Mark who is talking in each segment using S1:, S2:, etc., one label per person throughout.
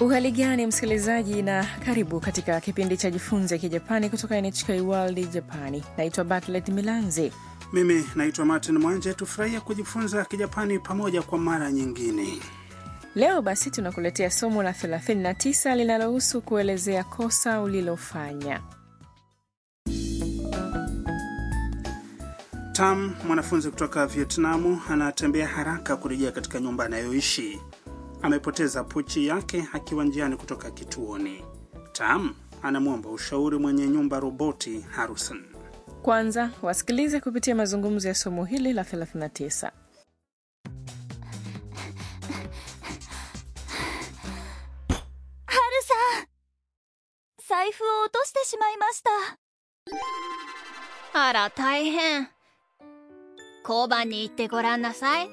S1: Uhali gani msikilizaji, na karibu katika kipindi cha Jifunze Kijapani kutoka NHK World Japani. Naitwa Bartlett Milanzi.
S2: Mimi naitwa Martin Mwanje. Tufurahia kujifunza Kijapani pamoja kwa mara nyingine.
S1: Leo basi tunakuletea somo la 39 linalohusu kuelezea kosa ulilofanya.
S2: Tam, mwanafunzi kutoka Vietnamu, anatembea haraka kurejea katika nyumba anayoishi. Amepoteza pochi yake akiwa njiani kutoka kituoni. Tam anamwomba ushauri mwenye nyumba roboti Harrison.
S1: Kwanza wasikilize kupitia mazungumzo ya somo hili la 39.
S3: ハルさん財布を落としてしまいましたあら大変交番に行ってごらんなさい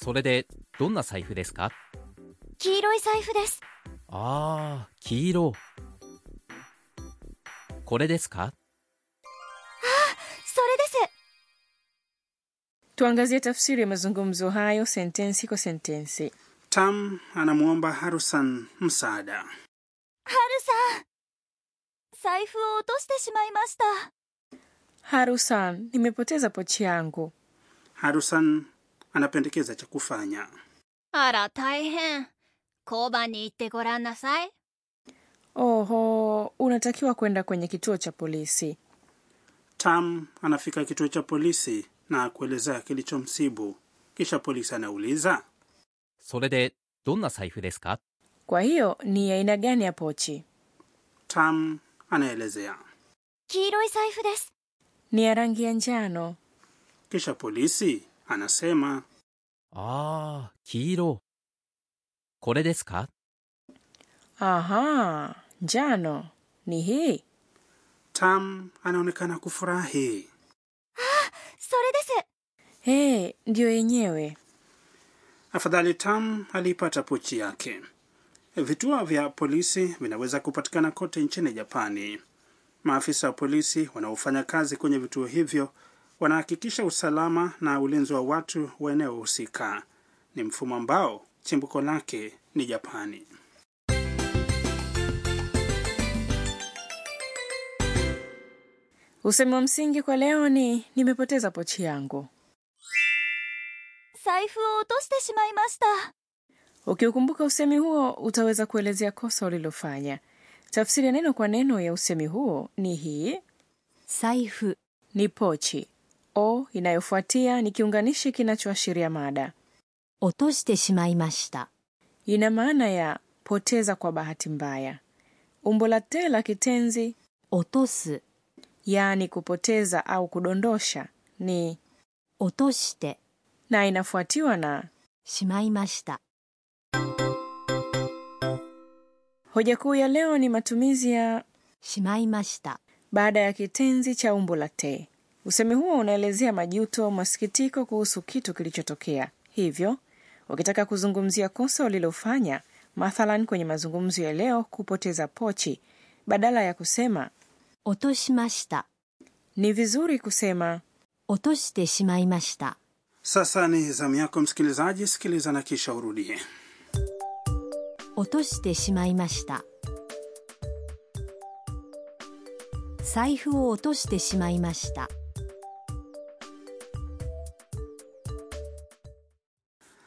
S4: それでどんな財布ですか
S3: 黄色い財布です
S4: ああ黄色これですか
S3: それです
S1: Tuangazie tafsiri ya mazungumzo hayo sentensi kwa sentensi.
S2: Tam anamwomba Harrison msaada.
S3: ハルさん財布を落としてしまいました
S1: Harusan, nimepoteza pochi yangu.
S2: Harrison anapendekeza cha kufanya.
S3: あら大変交番に行ってごらんなさい
S1: Oho, unatakiwa kwenda kwenye kituo cha polisi.
S2: Tam anafika kituo cha polisi na kuelezea kilichomsibu, kisha polisi anauliza.
S4: それでどんな財布ですか
S1: Kwa hiyo ni aina gani ya pochi?
S2: Tam anaelezea,
S3: 黄色い財布です
S1: Ni ya rangi ya njano.
S2: kisha polisi anasema
S4: ああ黄色これですか
S1: Aha, njano ni hii.
S2: Tam anaonekana kufurahi.
S3: それです
S1: He, ndiyo yenyewe.
S2: Afadhali Tam aliipata pochi yake. Vituo vya polisi vinaweza kupatikana kote nchini Japani. Maafisa wa polisi wanaofanya kazi kwenye vituo hivyo wanahakikisha usalama na ulinzi wa watu wa eneo husika. Ni mfumo ambao chimbuko lake ni Japani.
S1: Usemi wa msingi kwa leo ni nimepoteza pochi yangu.
S3: 財布を落としてしまいました
S1: Ukiukumbuka usemi huo, utaweza kuelezea kosa ulilofanya. Tafsiri ya neno kwa neno ya usemi huo ni hii:
S3: 財布
S1: ni pochi. O inayofuatia ni kiunganishi kinachoashiria mada,
S3: 落としてしまいました
S1: ina maana ya poteza kwa bahati mbaya. Umbo la te la kitenzi,
S3: 落とす
S1: yaani kupoteza au kudondosha, ni
S3: 落として
S1: na inafuatiwa na
S3: しまいました
S1: Hoja kuu ya leo ni matumizi ya
S3: しまいました
S1: baada ya kitenzi cha umbo la te. Usemi huo unaelezea majuto au masikitiko kuhusu kitu kilichotokea. Hivyo, ukitaka kuzungumzia kosa ulilofanya, mathalan kwenye mazungumzo ya leo, kupoteza pochi, badala ya kusema
S3: 落としました
S1: ni vizuri kusema
S3: 落としてしまいました
S2: Sasa ni zamu yako msikilizaji, sikiliza na kisha urudie.
S3: 落としてしまいました財布を落としてしまいました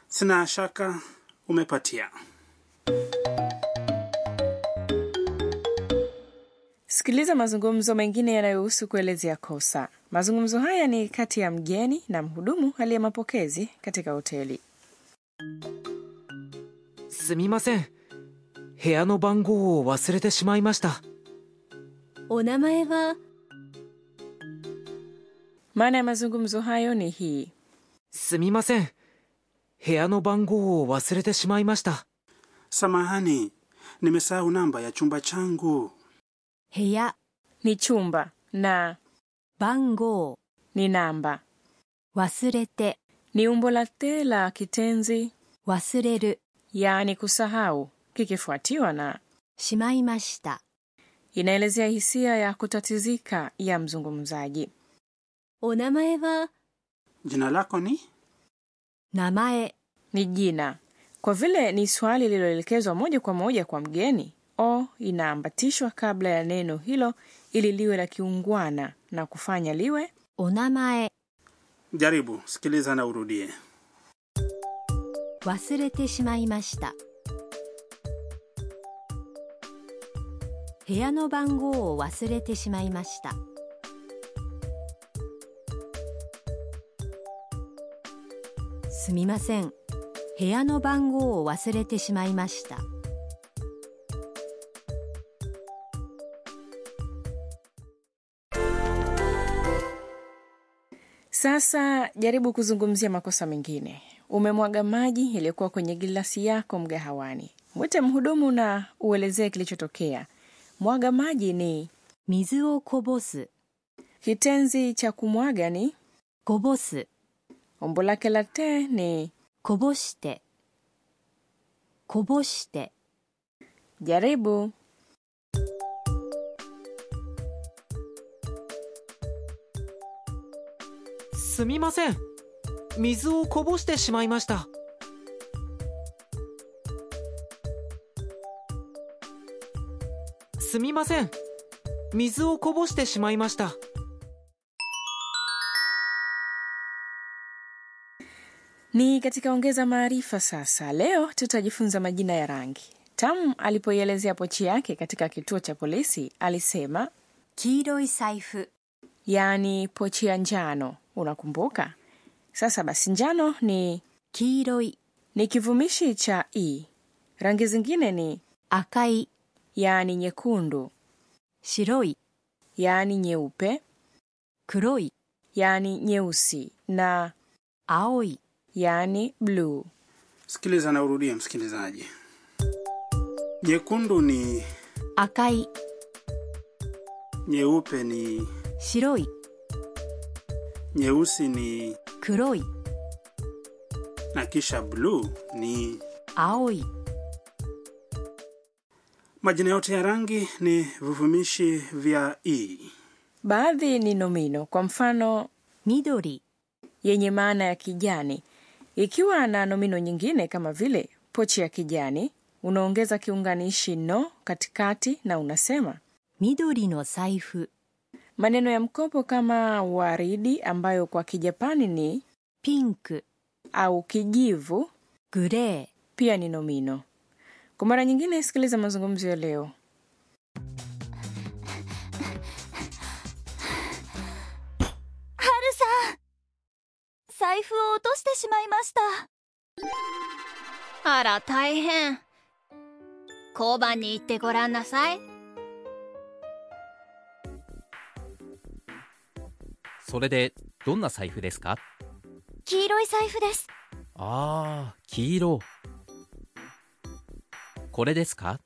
S2: Sina shaka umepatia.
S1: Sikiliza mazungumzo mengine yanayohusu kuelezea kosa. Mazungumzo haya ni kati ya mgeni na mhudumu aliye mapokezi katika hoteli.
S5: すみません部屋の番号を忘れてしまいました
S3: お名前は
S1: Maana ya mazungumzo hayo ni hii:
S5: すみません部屋の番号を忘れてしまいました
S2: Samahani, nimesahau namba ya chumba changu.
S3: 部屋
S1: ni chumba na
S3: 番号
S1: ni namba
S3: 忘れて
S1: ni umbo la te la kitenzi
S3: 忘れる
S1: yaani kusahau kikifuatiwa na
S3: しまいました
S1: inaelezea hisia ya kutatizika ya mzungumzaji
S3: お名前は
S2: Jina lako ni
S6: 名前、
S1: ni jina. Kwa vile ni swali lililoelekezwa moja kwa moja kwa mgeni, o inaambatishwa kabla ya neno hilo ili liwe la kiungwana na kufanya liwe
S6: お名前、
S2: Jaribu sikiliza na urudie.
S6: 忘れてしまいました。部屋の番号を忘れてしまいました。すみません。部屋の番号を忘れてしまいました。
S1: Sasa jaribu kuzungumzia makosa mengine. Umemwaga maji yaliyokuwa kwenye gilasi yako mgahawani. Mwite mhudumu na uelezee kilichotokea. Mwaga maji ni
S6: 水をこぼす、
S1: kitenzi cha kumwaga ni
S6: こぼす、
S1: umbo lake la te ni
S6: こぼして、こぼして、
S1: jaribu.
S5: すみません水をこぼしてしまいましたすみません水をこぼしてしまいました。
S1: Ni katika ongeza maarifa sasa. Leo tutajifunza majina ya rangi. Tam alipoielezea pochi yake katika kituo cha polisi alisema,
S6: 黄色い財布、
S1: yaani pochi ya njano. Unakumbuka? Sasa basi, njano ni
S6: 黄色い、
S1: ni kivumishi cha i. Rangi zingine ni
S6: 赤い、
S1: yaani nyekundu,
S6: 白い、
S1: yaani nyeupe,
S6: 黒い、
S1: yaani nyeusi na
S6: 青い、
S1: yaani bluu.
S2: Sikiliza na urudie, msikilizaji. Nyekundu ni
S6: 赤い、
S2: nyeupe, ni
S6: 白い、
S2: nyeusi, ni
S6: 黒い、
S2: na kisha bluu ni
S6: 青い、
S2: majina yote ya rangi ni vivumishi vya E. i.
S1: Baadhi ni nomino, kwa mfano
S6: 緑、
S1: yenye maana ya kijani. Ikiwa na nomino nyingine kama vile pochi ya kijani, unaongeza kiunganishi no katikati na unasema
S6: 緑の財布、
S1: maneno ya mkopo kama waridi ambayo kwa Kijapani ni
S6: ピンク、
S1: au kijivu
S6: グレー、
S1: pia ni nomino. Kwa mara nyingine, sikiliza mazungumzo ya leo.
S3: ハルさん財布を落としてしまいましたあら大変交番に行ってごらんなさい
S4: それで、どんな財布ですか
S3: 黄色い財布です
S4: ああ、黄色。これですか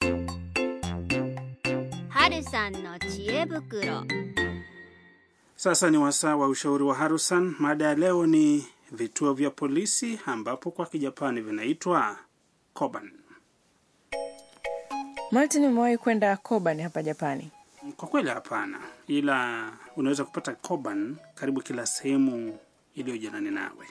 S3: それですハルさんの知恵袋
S2: Sasa ni wasaa wa ushauri wa Harusan. Mada ya leo ni vituo vya polisi ambapo kwa Kijapani vinaitwa koban.
S1: Martin, umewahi kwenda Koban hapa Japani?
S2: Kwa kweli hapana, ila unaweza kupata koban karibu kila sehemu iliyo jirani nawe.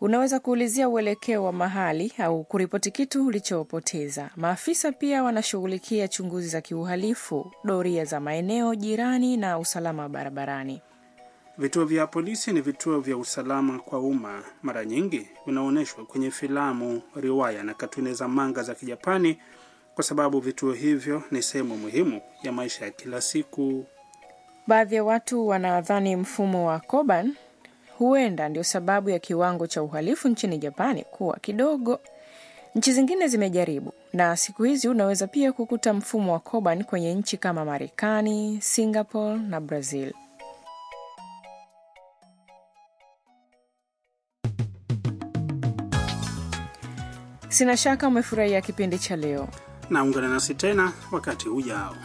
S1: Unaweza kuulizia uelekeo wa mahali au kuripoti kitu ulichopoteza. Maafisa pia wanashughulikia chunguzi za kiuhalifu, doria za maeneo jirani na usalama wa barabarani.
S2: Vituo vya polisi ni vituo vya usalama kwa umma, mara nyingi vinaonyeshwa kwenye filamu, riwaya na katuni za manga za Kijapani, kwa sababu vituo hivyo ni sehemu muhimu ya maisha ya kila siku.
S1: Baadhi ya watu wanadhani mfumo wa Koban huenda ndio sababu ya kiwango cha uhalifu nchini Japani kuwa kidogo. Nchi zingine zimejaribu, na siku hizi unaweza pia kukuta mfumo wa Koban kwenye nchi kama Marekani, Singapore na Brazil. Sina shaka umefurahia kipindi cha leo.
S2: Na ungana nasi tena wakati ujao.